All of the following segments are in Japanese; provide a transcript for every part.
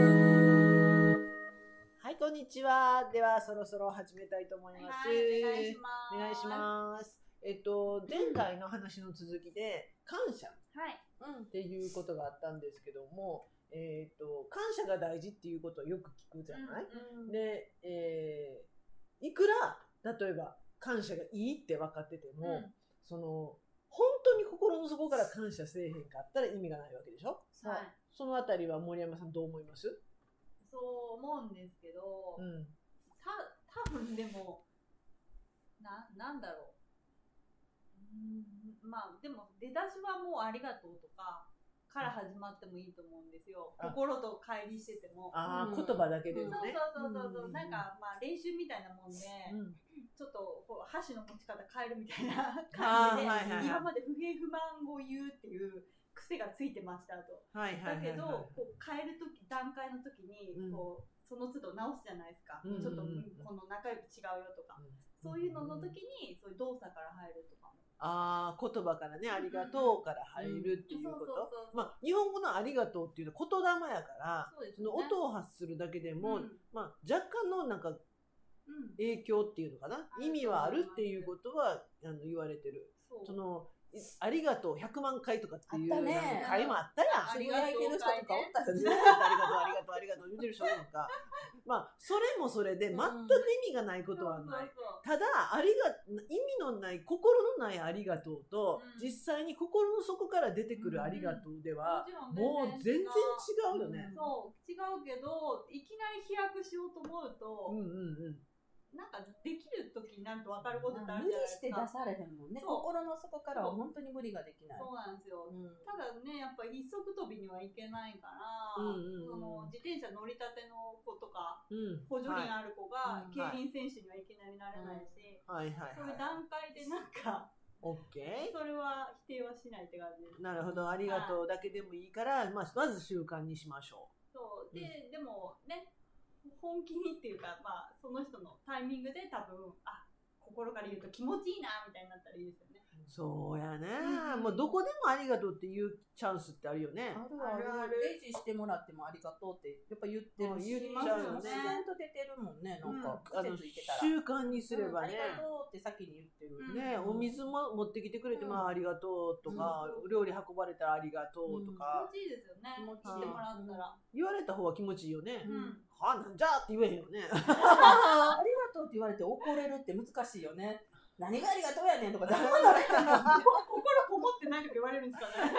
はい、こんにちは。では、そろそろ始めたいと思います。はい、お願いしおま願いします。えっと、前回の話の続きで、感謝っす。はい。うん。ていうことがあったんですけども、えっと、感謝が大事っていうことをよく聞くじゃない、うんで、えーいくら、例えば、感謝がいいって分かってても、うんその、本当に心の底から感謝せえへんかったら意味がないわけでしょはい。そのあたりは森山さんどう思いますそう思うんですけど、うん。た多分でも、な、なんだろう。うーんまあ、でも、出だしはもうありがとうとか、から始まってもいいと思うんですよ。あ心と乖離してても。ああ、うん言葉だけでもそうそうね。そうそうそう、なんかまあ練習みたいなもんで、うん、ちょっとこう箸の持ち方変えるみたい なあ感ーじで、はいはいはい今まで不平不満を言うっていう癖がついてましたと。はいだけど、こう変える時段階の時にうんこう、その都度直すじゃないですか、うんちょっとうんうんこの中指違うよとか、そういうのの時にそういう動作から入るとかも、ああ言葉からね「ありがとう」から入るっていうそうこそうとそうそう、まあ日本語の「ありがとう」っていうのは言霊やからそうですその音を発するだけでも、うんまあ、若干のなんかうん影響っていうのかなある意味はあるっていうことはあの言われてるそうそのい「ありがとう」100万回とかっていうあったねなんか回もあったやん。あつりぶがとうやいてる人とかおったよありねがとう、ありがとう、ありがとう、言ってる人なん か。まあ、それもそれで、全く意味がないことはない。そうただありが意味のない心のないありがとうと、うん実際に心の底から出てくるありがとうでは、そうももうちろん全然違ううよね。そう違うけどいきなり飛躍しようと思ううんと、うんうん。なんかできる時になると分かることってあ無る理じゃないでしすて出かされへんもんねそう心の底からは本当に無理ができないそうなんですよ、うんただねやっぱ一足飛びにはいけないから、うんうんうんその自転車乗りたての子とかうん。補助輪ある子はがい競輪選手にはいきなりなれないし、はいはいはいそういう段階でなんかオッケそれは否定はしないって感じですー。なるほど、ありがとうだけでもいいから、まあ、まず習慣にしましょそうで、でもね本気にっていうか、まあ、その人のタイミングで多分あ心から言うと気持ちいいなみたいになったらいいですよね。う。そうやね、うんもうどこでもありがとうっていうチャンスってあるよね。あるあるレジしてもらってもありがとうってやっぱ言ってるしうん言っちゃうよね自然と出てるもんねなんかあ癖のついてたら、習慣にすればね。うんありがとうって先に言ってる、うんね、お 水も持ってきてくれて、うんまあありがとうとか、うんお料理運ばれたらありがとうと気持か、ちいいですよね。気持ちしいいてもらったら。言われた方は気持ちいいよね、うんうんはあなんじゃって言えへんよねありがとうって言われて怒れるって難しいよね何がありがとうやねんとか 黙られへんもんね心こもってないとか言われるんですか ね。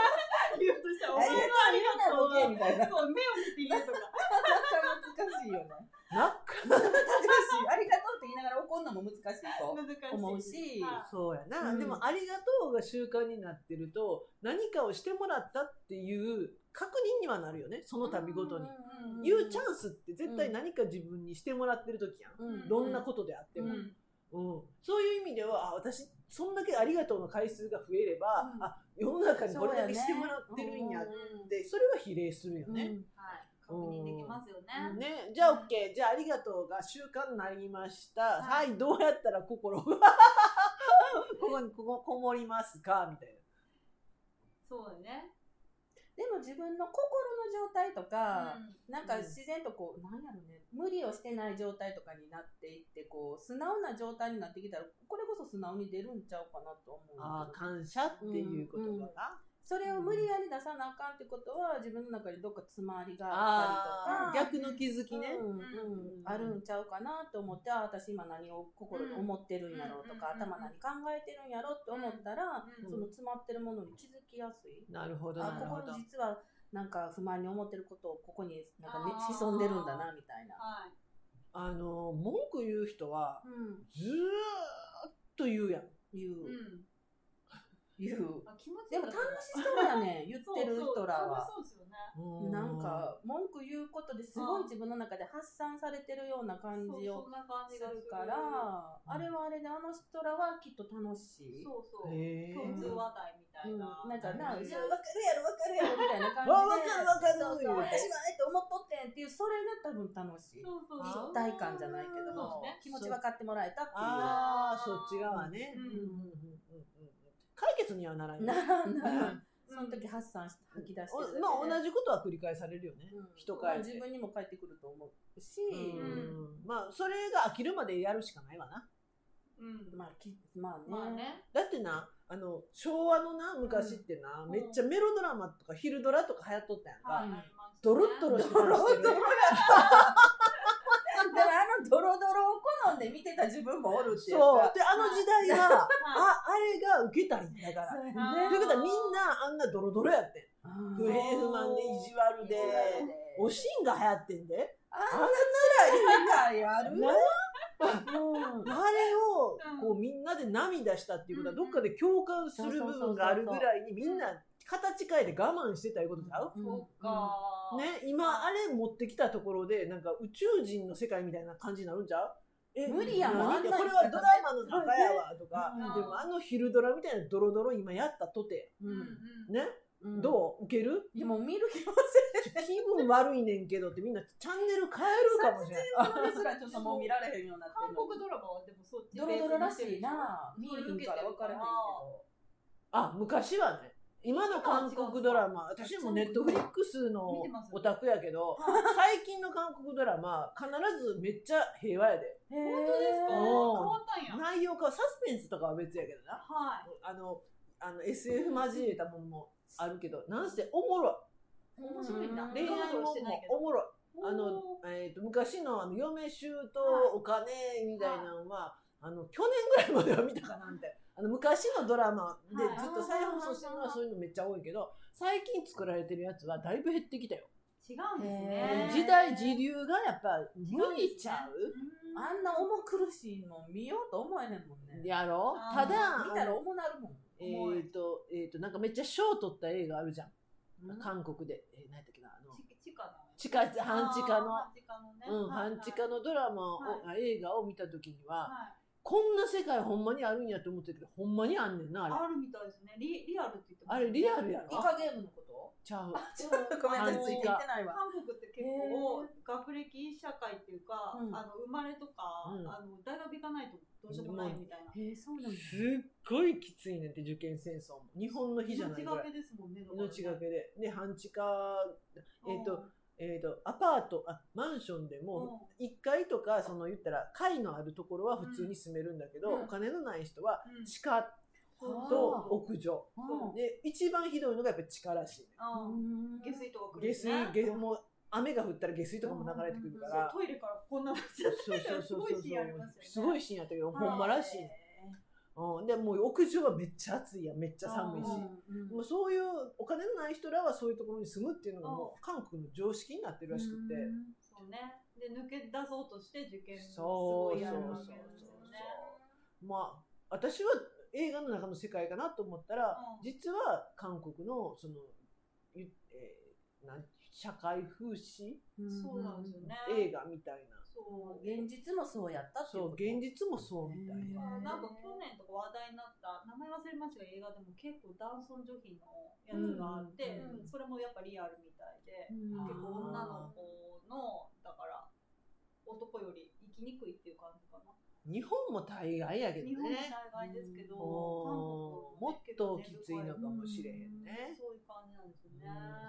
言うとしたら、お前はありがとうみたいな。そう、目を見て言えとか。難しいよね。なっ 難しい。ありがとうって言いながら怒るのも難しいと。難しい。思うしはそうやな、うんでもありがとうが習慣になってると何かをしてもらったっていう確認にはなるよねその度ごとに、うん言うチャンスって絶対何か自分にしてもらってる時やん、うんどんなことであっていも、ううんんそういう意味ではあ私そんだけありがとうの回数が増えれば、うんあ世の中にこれだけしてもらってるんやっうんでそれは比例するよね。はい。確認できますよね。ね、じゃあ OK じゃあありがとうが習慣になりましたは、はいどうやったら心が ここにこここもりますかみたいそうだね。でも自分の心の状態とか、うんなんか自然とこう、なんやろね、無理をしてない状態とかになっていって、こう、素直な状態になってきたら、これこそ素直に出るんちゃうかなと思う。なああ感謝っていう言葉が、それを無理やり出さなあかんってことは、自分の中にどっか詰まりがああったりとかあ。逆の気づきね、ううんんあるんちゃうかなと思って、あ私今何を心で思ってるんやろうとか、うんうんうん頭何考えてるんやろうと思ったら、うんその詰まってるものに気づきやすい。なるほどあなるほこどこ実はなんか不満に思ってることをここになんか、ねあ、ー潜んでるんだなみたいな。はい。あの文句言う人はうん、ずーっと言うやん言うう、ん。言う。あ、気持ちいでいも楽しそうやねん、言ってる人らは。そうそう楽しそうですよね。うんなんか文句言うことですごい自分の中で発散されてるような感じそうそをんな感すじがするるから、んあれはあれであの人らはきっと楽しい。そうそう。へえ共通話題みたいな。うん、なんかな、うんいやわかるやろわかるやろわわかるわかるみたいな感じで。そうそう私はあえて思っとってんっていうそれが多分楽しい。そうそうそう。一体感じゃないけどそうも、ですね気持ち分かってもらえたっていう。ああそっち側ね。ううんんうんうんうん解決にはならない。ならな うい。んその時発散し吐き出してるだけでおまあ同じことは繰り返されるよね。うん人変えて自分にも返ってくると思うし、うんまあそれが飽きるまでやるしかないわな。うんまあきまあね,、まあねだってな、あの昭和のな昔ってな、うんめっちゃメロドラマとか昼ドラとか流行っとったやんか。はいうんありますねドロッドロしてましたねドロでもあのドロドロを好んで見てた自分もおるっていうかそう。であの時代はあはあれが受けたんやだから。あーということはみんなあんなドロドロやってん。そう不やね平不満で意地悪で。おしんが流行ってんで。あんな辛い世界あるなうんあれをうんこうみんなで涙したっていうことはうんどっかで共感する部分があるぐらいにみんな形変えて我慢してたいうことちゃう、いそっかね、今あれ持ってきたところでなんか宇宙人の世界みたいな感じになるんちゃうえ無理やもん何であんなこんれはドラマの中やわとか、うんでもあの昼ドラみたいなドロドロ今やったとてううんんうんね、うんどうウケるいやもう見る気も気分悪いねんけどってみんなチャンネル変えるかもしれないせんのですらちょっともう見られへんようになって韓るの国ドラマはでもそっちドロドロらしいな見そえれへん受けかてらる分からへんけどあ昔はね今の韓国ドラマ今は違うん私ですかもネットフリックスの見てますオタクやけど最近の韓国ドラマ必ずめっちゃ平和やで本当ですへか変ーわったんや内容かサスペンスとかは別やけどなはあのあの SF 交えたものもあるけどなんせおもろい面白いんだい恋ドロ愛ドロもんしてないもけどおもろいあのおー、えー、と昔のあの嫁衆とお金みたいなのは、あの去年ぐらいまでは見たかなみたいなあの昔のドラマではいずっと再放送してるのはそういうのめっちゃ多いけど最近作られてるやつはだいぶ減ってきたよ、違うんですへねー時代時流がやっぱ無理ちゃううんあんな重苦しいの見ようと思えへんもんねやろあたーだ見たら重なるもんえー、とえー、となんかめっちゃ賞取った映画あるじゃん、韓国で、えー、何やったっけなあのち地下の地下半地下のあー半地下のねうん、はい半地下のドラマを、あ映画を見た時には、はいこんな世界ほんまにあるんやと思ってるけどほんまにあんねんなあれあるみたいですねリリアルって言ってあますれリアルやイろカゲームのことちゃう ちょっとごめんなさい、ついていってないわ。韓国って結構学歴社会っていうか、うんあの生まれとか、うんあの大学行かないとどうしようもないみたいな。へえ、そうなんだ。すっごいきついねんって受験戦争も日本の日じゃない命ぐがらいけですもんね。だからね命がけでで半地下、えーと、えー、とアパートあマンションでも1階とかその言ったら階のあるところは普通に住めるんだけど、うんお金のない人はうんうん地下そうと屋上うで一番ひどいのがやっぱ地下らしいねうんん下水とか来る下ね。水下もう雨が降ったら下水とかも流れてくるかそうら、トイレからこんなのそうそうそうそうそうすごいシーンありますよねすごいシーンやったけどはいほんまらしいね、うん、でもう屋上はめっちゃ暑いやんめっちゃ寒いし、もうそういうお金のない人らはそういうところに住むっていうのがもう韓国の常識になってるらしくて、そうね。で抜け出そうとして受験すそうごいそうやそうるわそうけですよね。まあ私は映画の中の世界かなと思ったら、うん実は韓国のその、ゆえーなん社会風刺そうなんですよね。映画みたいな、そう。現実もそうやったってそう現実もそうみたいな、あなんか去年とか話題になった名前忘れましたが映画でも結構男尊女卑のやつがあって、うんうんそれもやっぱリアルみたいで、うん結構女あーの子のだから男より生きにくいっていう感じかな、日本も大概やけどね日本の大概ですけど、うん韓国はねもっときついのかもしれへんね結構根強いうんそういう感じなんですよね、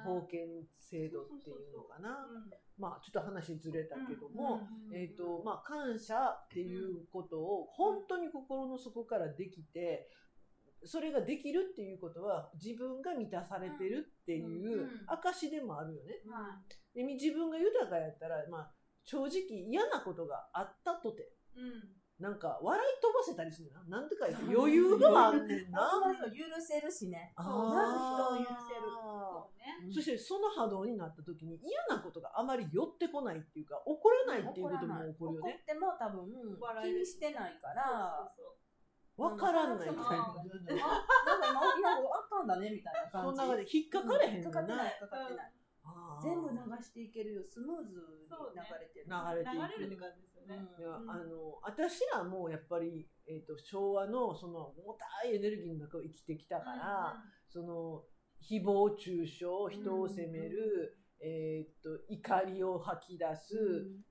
うん封建制度っていうのかなうんまあちょっと話ずれたけども、うんえーとまあ、感謝っていうことを本当に心の底からできてそれができるっていうことは自分が満たされてるっていううん証でもあるよね。はで自分が豊かやったら、まあ、正直嫌なことがあったとていうんなんか笑い飛ばせたりするななんてか余裕があるねんな。許せるしね。あまーず人を許せるそうねそしてその波動になった時に嫌なことがあまり寄ってこないっていうか怒らないっていうことも起こるよ怒ね。っても多分気にしてないから、そうわからないみたい怒ならない。なんか今いやあったんだねみたいなそ感んじ。な中で引っかかれへん引のっかかな。ってない引っかそうかってない。あー全部流していけるよスムーズに流れてる。流れていくうん流れるって感じですよね、いやうんあの私らもやっぱり、えー、と昭和のその重たいエネルギーの中を生きてきたから、その誹謗中傷人を責める、えー、と怒りを吐き出す、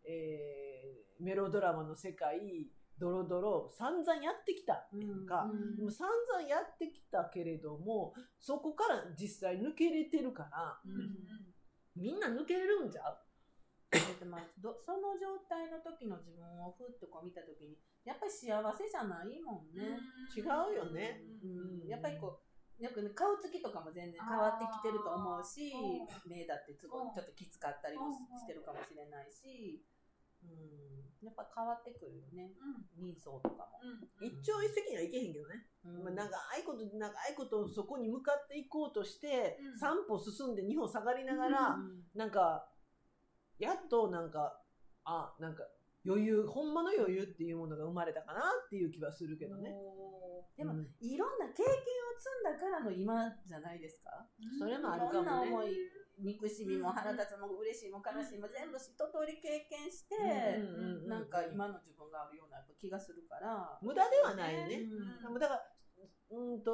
えーメロドラマの世界ドロドロ散々やってきたやんか、うんでも散々やってきたけれどもそこから実際抜けれてるからうんうんみんな抜けれるんじゃうえっとまあどその状態の時の自分をふっとこう見た時にやっぱり幸せじゃないもんね、違うよねううんんやっぱりこうなんかね顔つきとかも全然変わってきてると思うしあ目だってすごうんいちょっときつかったりもしうんしてるかもしれないし、うん、やっぱ変わってくるよね人相とかも。うんうん一朝一夕にはいけへんけどね、うんまあ、長いこと長いことそこに向かっていこうとして、うん三歩進んで二歩下がりながうら、うんなんかやっとなんかあなんか余裕ほんまの余裕っていうものが生まれたかなっていう気はするけどね。おでも、うんいろんな経験を積んだからの今じゃないですか、ーそれもあるいろかんなもね思い憎しみも腹立つも嬉しいも悲しいも全部一通り経験して、うんうんうんうんなんか今の自分があるようなやっぱ気がするから、無駄ではないよね。うだからうんと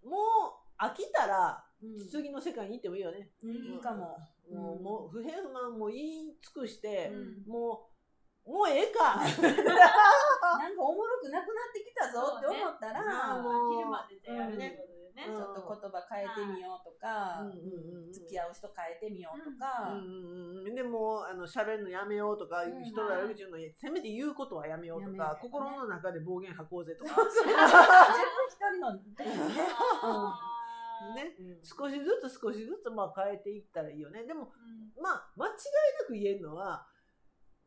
もう飽きたらうん次の世界に行ってもいいよね。うんいいかも、もううんもう不平不満も言い尽くして、うんもうもうええかなんかおもろくなくなってきたぞって思ったら、そうねもう昼までじゃやるってことでねうんちょっと言葉変えてみようとか、うんうんうんうん付き合う人変えてみ ようとうか、んうんうんでもあの喋るのやめようとか、うん人が悪口言うのせめて言うことはやめようとやめようかね心の中で暴言吐こうぜとか、自分一人のね、あーね、うん少しずつ少しずつまあ変えていったらいいよねでもうんまあ間違いなく言えるのは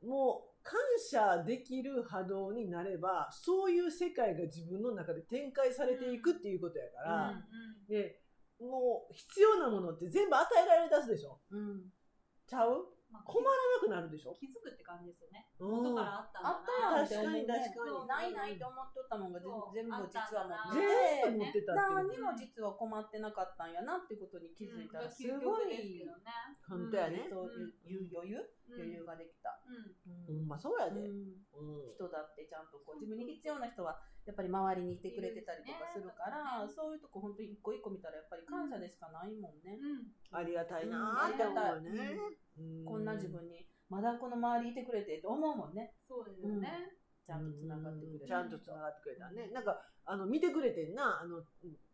もう感謝できる波動になればそういう世界が自分の中で展開されていくっていうことやかうんら、うんでもう必要なものって全部与えられ出すでしょうんちゃうまあ困らなくなるでしょ、気づくって感じですよね。うん元からあったんだあったやんなって確かに確思うねかにないないと思っとったもんがぜそう全部実は持あったんだなって全部て持ってたっていう何にも実は困ってなかったんやなってことに気づいたらすごうん究極ですけいどね。本当やねうそうんいう余裕うん余裕ができた、うんほんまそうやで、ううんん人だってちゃんとこう自分に必要な人はやっぱり周りにいてくれてたりとかするからいるよねそういうとこ本当一個一個見たらやっぱり感謝でしかないもんね、うんありがたいなーって思うよねありがたい、うこんな自分にまだこの周りいてくれてって思うもんねそうですよね。ちゃんとつながってくれうてんちゃんとつながってくれたね。なんか、あの、見てくれてんな、あの、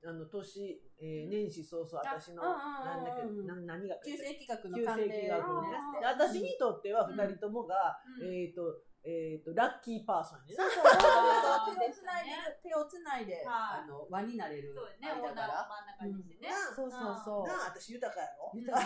あの、年、えー年始早々、私の、あなうんだっけんうんうんな何が。旧旧世世紀学の紀学鑑ね。定であー私にとっては、うん二人ともが、うんえっと、えっと、ラッキーパーソンやねそうそうそうそう手をつないでる 手をつないで、はいあの輪になれるそうですね。女を真間ん柄中にしてね。そうそうそうな。あ、私豊かやろうんだから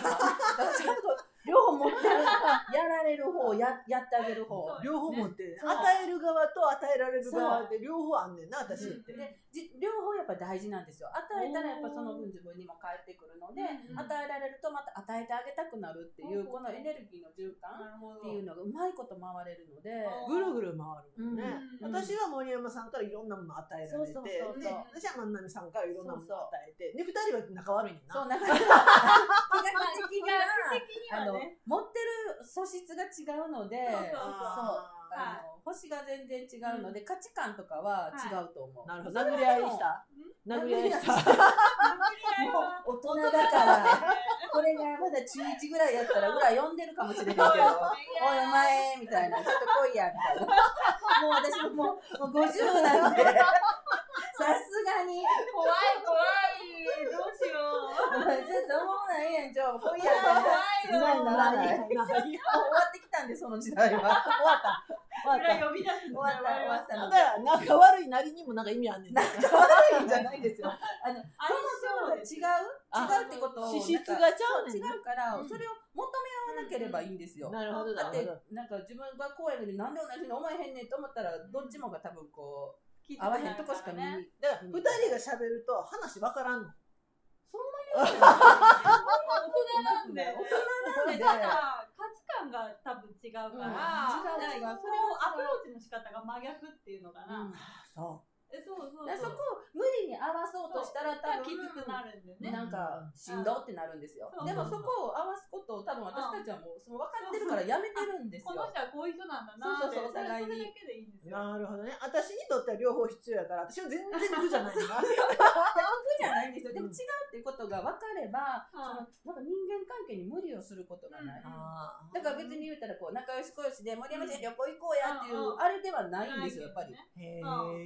ちゃんと両方持ってる やられる方ややってあげる方そう両方持ってるね、そう与える側と与えられる側で両方あんねんな、私って。で、じ両方やっぱ大事なんですよ与えたらやっぱその分自分にも返ってくるので、うん与えられるとまた与えてあげたくなるっていう、うんこのエネルギーの循環っなるほど。ていうのがうまいこと回れるので、ぐるぐる回るもんね、うん私は森山さんからいろんなもの与えられてそうそうそうそうで私は万波さんからいろんなもの与えてで二人は仲悪いねんなそう なんか気が気があのね。持ってる素質が違うのでそうそあうはいあの星が全然違うので、価値観とかは違うと思う。ーなるほど殴り合いした殴り合いしたもう大人だから、これがまだ中1ぐらいやったら、裏読んでるかもしれ ないけど、おいお前みたいな、ちょっと来いやみたい な。もう私ももうもう50なんで、さすがに、怖い怖い。どうしよう。お前ちょっと思わないやん、じゃあ来いやみたいな。怖いなよ。いならな い。ないもう終わってきたんで、その時 代は。終わった。終わった。裏呼び出す終のわった、終わっただのかで。ら仲悪いなりにもなんか意味あんねんな悪いんじゃないですよ。あの、あそう違うあ違うってことを資質なんかがちゃうねそんう違うから、うんそれを求め合わなければいいんですよ。なるほどなだるっほてどなんか自分が怖いのになんで同じの思えへんねんと思ったらどっちもが多分こう合わへんとこしか見に、ね。だから二人が喋ると話わからんの大人なんだよ。大人なんでだから価値観が多分違うから、うん違う違だかうらそれをアプローチの仕方が真逆っていうのかな。うんそえそうそうだからそこそう。を無理に合わそうととしたら多き分つくなるんだよね。なんかしんどってなるんですようんでもそこを合わすことを多分私たちはもうその分かってるからやめてるんですこのよ人はこういう人なんだなってそうそうそうお互いにそれだけでいいんですよ。なるほどね。私にとっては両方必要やから、私は全然苦じゃ ないんだ。じゃないんですよでも違うっていうことが分かればそうんのなんか人間関係に無理をすることがないうんだから別に言うたらこう仲良し恋しで森山ちゃん旅行行こうやっていうんううんあれではないんですよやっぱりない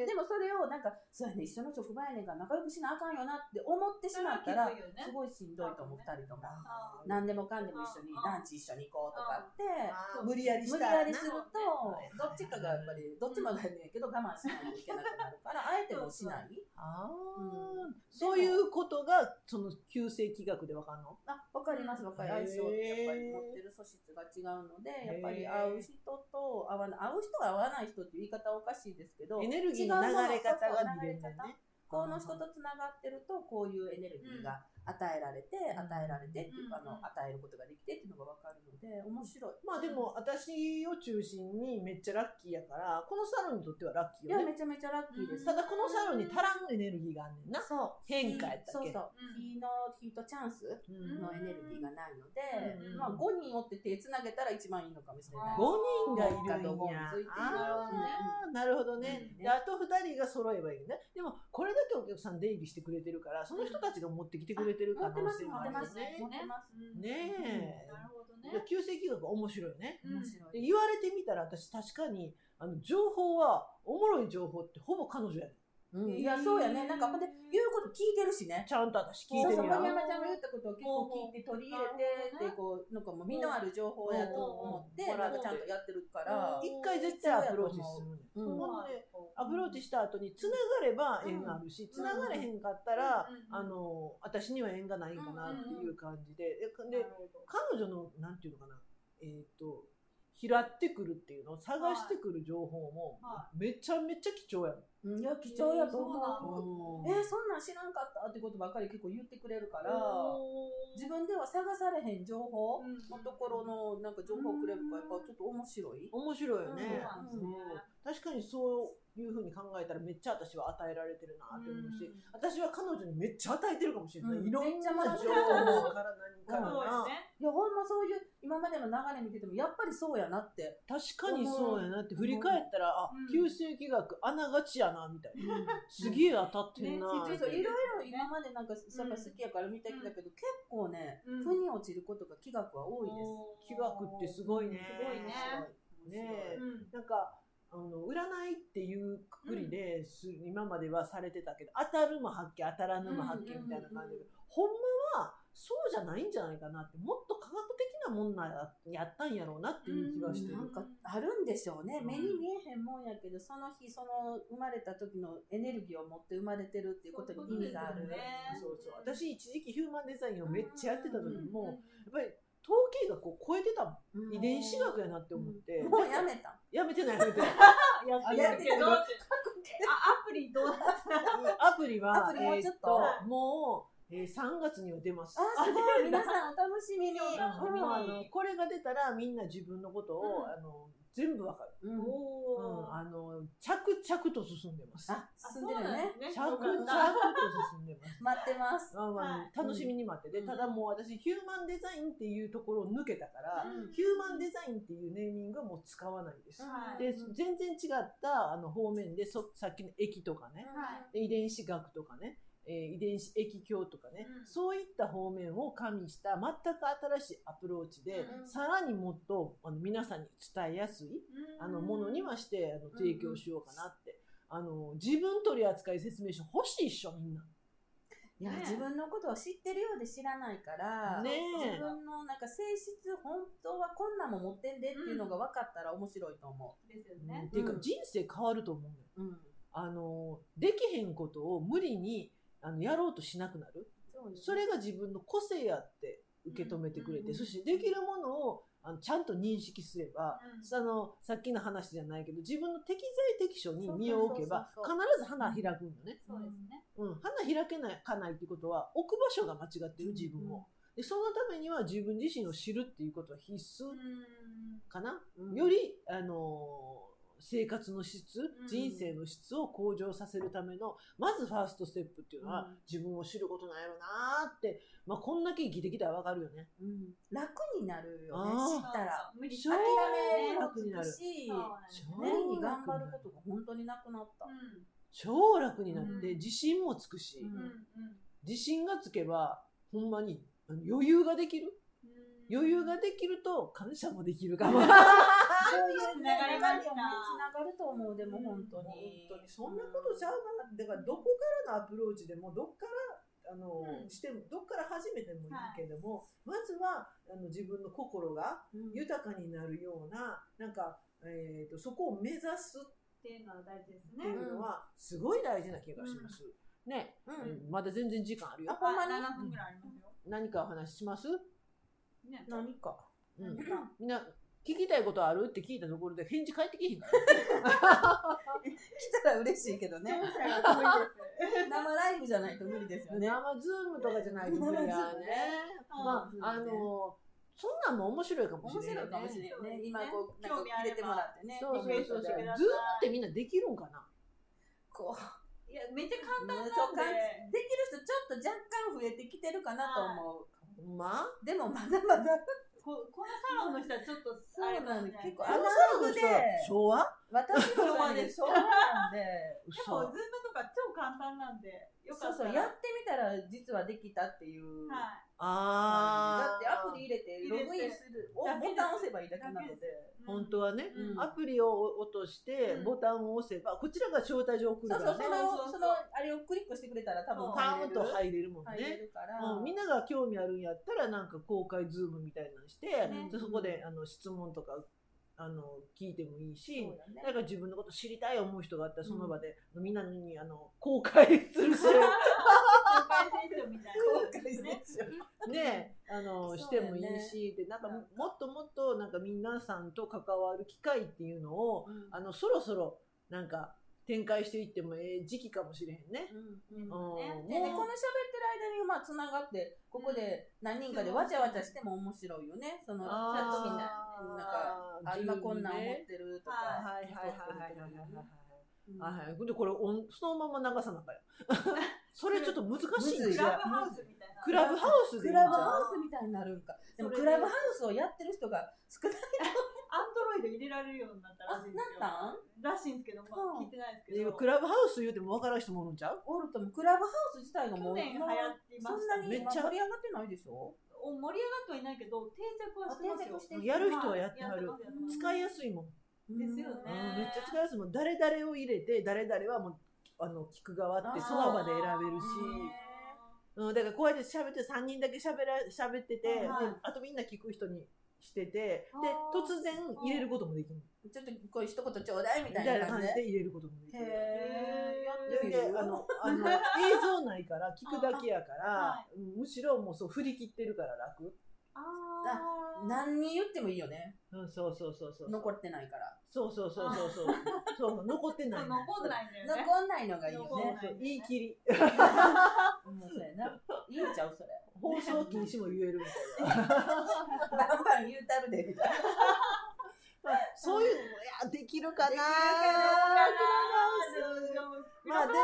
へえ、でもそれをなんかそうやね一緒の職場やねんから仲良くしなあかんよなって思ってしけどね。それまはきっついたらよねす。ごいしんどいと思う2人ともあな何でもかんでも一緒にうんランチ一緒に行こうとかってあー無無理理ややりりすしるとたらなはいどっちかがやっぱりどっちもがやねんけど我慢しないといけなくなる からあえてもしないあーうそういうことがその急性気学でわかんのあわかりますわかります相性ってやっぱり持ってる素質が違うのでやっぱり合う人と合わない合う人が合わない人っていう言い方はおかしいですけどエネルギーの流れ方が見れるんだよ違うものそうそう流れね。この人とつながってるとこういうエネルギーが与えられて、ん与えられてっていうか、うんあの与えることができてっていうのが分かるので面白い。まあでも私を中心にめっちゃラッキーやから、このサロンにとってはラッキいーよやね。めちゃめちゃラッキーです。うただこのサロンに足らんエネルギーがあんねんな。そう変化やったそっうけ。そう、うん日の日とチャンスうんのエネルギーがないので、うんまあ5人おって手つなげたら一番いいのかもしれない。あー五人がいるんやなんかドボンついてるあーなるほどね、うんであと2人が揃えばいいねでもこれだけお客さん出入りしてくれてるからその人たちが持ってきてくれてる持可って能ます性持もっあてるよますね持ってます。うんねえなるほどいやね。急性気学面白いよねうん面白でい。言われてみたら私確かにあの情報はおもろい情報ってほぼ彼女やね、うんいやそうやねなんかほんで言うこと聞いてるしね。ちゃんと私聞そういてそうみ森や山ちゃんが言ったことを結構聞いて取り入れてうんってこうなんかもう身のある情報やと思ってうんうんなんかちゃんとやってるから一回絶対アプローチするねそうやと思うほうんんでアプローチした後に繋がれば縁があるし、うん繋がれへんかったら、うんあの私には縁がないかなっていう感じで、でで彼女のなんていうのかなえっ、と拾ってくるっていうのを探してくる情報もはめちゃめちゃ貴重やもん、いや貴重やとそうな思うえーそんなん知らんかったってことばっかり結構言ってくれるから自分では探されへん情報のところのなんか情報くれるからやっぱちょっと面白い面白いよね、うんうん確かにそういうふうに考えたらめっちゃ私は与えられてるなって思うし、うん私は彼女にめっちゃ与えてるかもしれない、いうんろんな情報から何そからな、う よね。いやほんまそういう今までの流れ見ててもやっぱりそうやなって確かにそうやなって振り返ったら、あうん旧世紀学あながちやなみたいな、すげえ当たってんなねみそたういそういなろいろ今までなんかそれ好きやから見てきたけど結構ねうん腑に落ちることが気学は多いです気学ってすごいねすごいねねえうんなんかあの占いっていうくくりです、今まではされてたけど当たるも発見当たらぬも発見みたいな感じで、うんうんうんうんほんまはそうじゃないんじゃないかなってもっと科学的なもんなやったんやろうなっていう気はしてる、うなんかあるんでしょうね、うん目に見えへんもんやけどその日その生まれた時のエネルギーを持って生まれてるっていうことに意味があるそういうことですよそうそう私ね一時期ヒューマンデザインをめっちゃやってた時も、うんやっぱり統計学を超えてたもんうん遺伝子学やなって思って、もうやめたやめてないやめてない やってるけ どってあアプリどうなったアプリはアプリもうちょっとえーともう、えー3月には出ますあすごい皆さんお楽しみに、あうんもうあのうこれが出たらみんな自分のことを、うんあの全部わかる、んうん、うおん、あの着々と進んでますあ進んでるね着々と進んでます待ってますまあまあはい楽しみに待ってて、うんただもう私ヒューマンデザインっていうところを抜けたから、うんヒューマンデザインっていうネーミングはもう使わないです、はいで全然違ったあの方面でそさっきの駅とかね、はで遺伝子学とかね、えー遺伝子液鏡とかね、うんそういった方面を加味した全く新しいアプローチで、うんさらにもっとあの皆さんに伝えやすいあのものにはしてあの提供しようかなって、あの自分取り扱い説明書欲しいっしょみんな。いや、ね自分のことを知ってるようで知らないから、ねえ自分のなんか性質本当はこんなんも持ってんでっていうのが分かったら面白いと思ですようんっねていうかうん人生変わると思うのよ。う、うんあのできへんことを無理にあのやろうとしなくなる。そうですそれが自分の個性やって受け止めてくれうんうんうて、んそしてできるものをあのちゃんと認識すれば、うんそのさっきの話じゃないけど自分の適材適所に身を置けばそう必そず花開くんよね、そうですねうん、花開けないかないっていうことは置く場所が間違ってる自分を、でそのためには自分自身を知るっていうことは必須うんかな、うんよりあのー生活の質、ん人生の質を向上させるための、まずファーストステップっていうのは、うん自分を知ることなんやろなーって、まあ、こんだけ生きてきたらわかるよね。うん楽になるよねあー知ったら無理しょう諦がめも楽になるつくしそうなんですそう無理に頑張ることが本当になくなった、超楽になって、うん自信もつくし、ううんんうん自信がつけば、ほんまにあの余裕ができる。うん余裕ができると、感謝もできるかも。そういう流繋がれりにまもしたねつながると思うでも本当本に当にそんなことちゃうかなだからどこからのアプローチでもどっからあの、うんしてもどっから始めてもいいけども、まずはあの自分の心がうん豊かになるようななんか、えー、とそこを目指すっていうのは大事ですっねていうのはすごい大事な気がします。ね、うんうんまだ全然時間あるよあ。ほんまにはい7分ぐらいありますよ何かお話しします、ね何かう何ん、かみんな聞きたいことあるって聞いたところで返事返ってきへんから。来たら嬉しいけどね視聴者が多いです生ライブじゃないと無理ですよね生ズームとかじゃないと無理やね生ズームね。まあ、あうんの、そんなんも面白いかもし面れない、白いね。かもしれそうなですねいね今こうなん興か味あ入ればれてもらってねそうそうリクエスそうトそしてう。くズームってださいれたみんなできるんかなこういやめっちゃ簡単なねんそう感じでできる人ちょっと若干増えてきてるかなと思う、ほんまでもまだまだここのサロンの人はちょっとそあれうかなもんしれないで結で構あアナログで昭和私の場合でそうなんでも嘘ズームとか超簡単なんでよかそうったそうらやってみたら実はできたっていう、はあだっあ。てアプリ入れてログインするお入れてボタン押せばいいだけなのだけでいうん本当はね、うんアプリを落としてうんボタンを押せば、こちらが招待状を送るそかうそうらねそのそのあれをクリックしてくれたら多そ分うパーンと入入れるもんれね、る入れるから、うん、みんなが興味あるんやったらなんか公開ズームみたいなのして、ねでそこであの質問とかあの聞いてもいいし、そうだねなんか自分のこと知りたい思う人があったらその場で、みんなにあの公開す るし公開選挙みたいな公開選挙ねあのそしうだてねもいいしでなんかなんもかっともっとなんか皆さんと関わる機会っていうのをうんあのそろそろなんか展開していってもええ時期かもしれへんね。うんうんうんねでね、もこの喋ってる間にまあつながってここで何人かでわちゃわちゃしても面白いよねそのさっきみんななんかあ今こんなん思ってるとか、はいはいはいはいはいはいはい。い、はい、でこれおんそのまま流さなあかんやそれちょっと難しいんむずいクじゃんラブハウスみたいなクラブハウスでいいんじクゃラんブハウスみたいになるんかでもそれクでラブハウスをやってる人が少ないアンドロイド入れられるようになったらしいんですよあならっしいんですけど、まあ、聞いてないですけでどもクラブハウス言うても分からん人もおるんちゃうおるともクラブハウス自体が去もう年流行ってまそんしたなにめめっっちちゃゃ盛り上がってないでしょお盛り上がってはいないけど定着はしてますよあ定着してるやる人はやってはるやってます使いやすいもん、ですよねうんめっちゃ使いやすいもん誰々を入れて誰々はもうあの聞く側ってその場で選べるし、うん、だからこうやって喋って3人だけ喋ら喋ってて、はいであとみんな聞く人にしててであー突然入れることもできるちょっとこういう一言ちょうだいみみたたいいなな感感じじでで入れることもできる。へでーであのあの映像ない から聞くだけやから、はうんむしろもうそう振り切ってるから楽、あー何人言ってもいいよねうん、そうそうそうそう残ってないからそうそうそうそうそう そう残ってないそう残んないんだよね残んないのがいいよそう残んねないそう言い切りもうそうやないいんちゃうそれ放送禁止も言えるみたいなバンバン言うたるでみたいなま あそういうのもいやできるかなできるかまあでもでもクラブハウ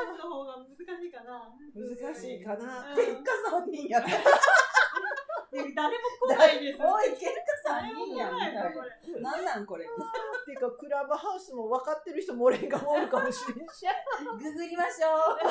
スの方が難しいかな難しいかなうん結果3人やった誰も来ないですおい結果3誰も人来やみたないいなのこれなんなんこれっていうかクラブハウスも分かってる人も俺がおるかもしれん しググりましょうちょ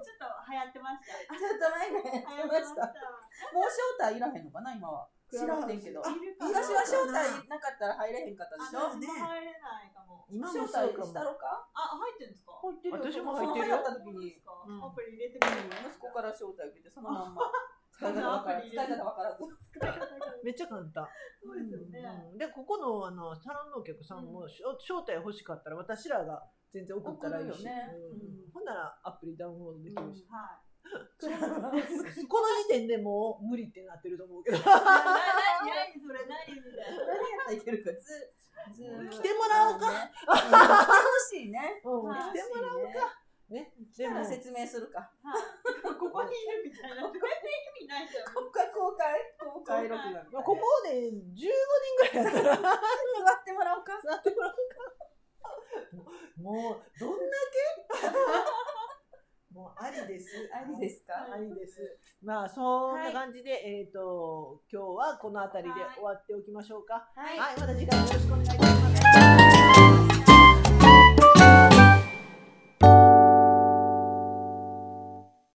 っと流行ってましたちょっと前ね流行ってやっまてしましたたもう招待いらへんのかな今は知らんねんけど知らんいるかな昔は招待なかったら入れへんかったであしでもょね入れないかも今招も待そうしかもたろかあ入ってるんですか入ってるよ私もそ入っのてる流よ行った時本当にですかうんアプリ入れてみるうん息子から招待受けてそのまんま使い方わからず使い方わからずめっちゃ簡単そうですよねうんでここのあのサロンのお客さんも、しょ招待欲しかったら私らが全然送ったらいい送し、るよねうんうんほんならアプリダウンロードできるし、はクラブハウスこの時点でもう無理ってなってると思 うけど来てい。なにそれなにみたいな。何やったらいけるかずず来もらおうか、ねうん来てほしいねうんはい来てもらおうかね来でたもら説明するかここにいるみたいな。ここにいるみたいな。公開公開公開録画みたいまなあここで15人ぐらいやったら座ってもらおうか座ってもらおうかもう、どんだけ もう、ありです。 ありですかありです。まあ、そんな感じで、えっ、と、今日はこの辺りで終わっておきましょうか。ははいい、また次回もよろしくお願いいたします。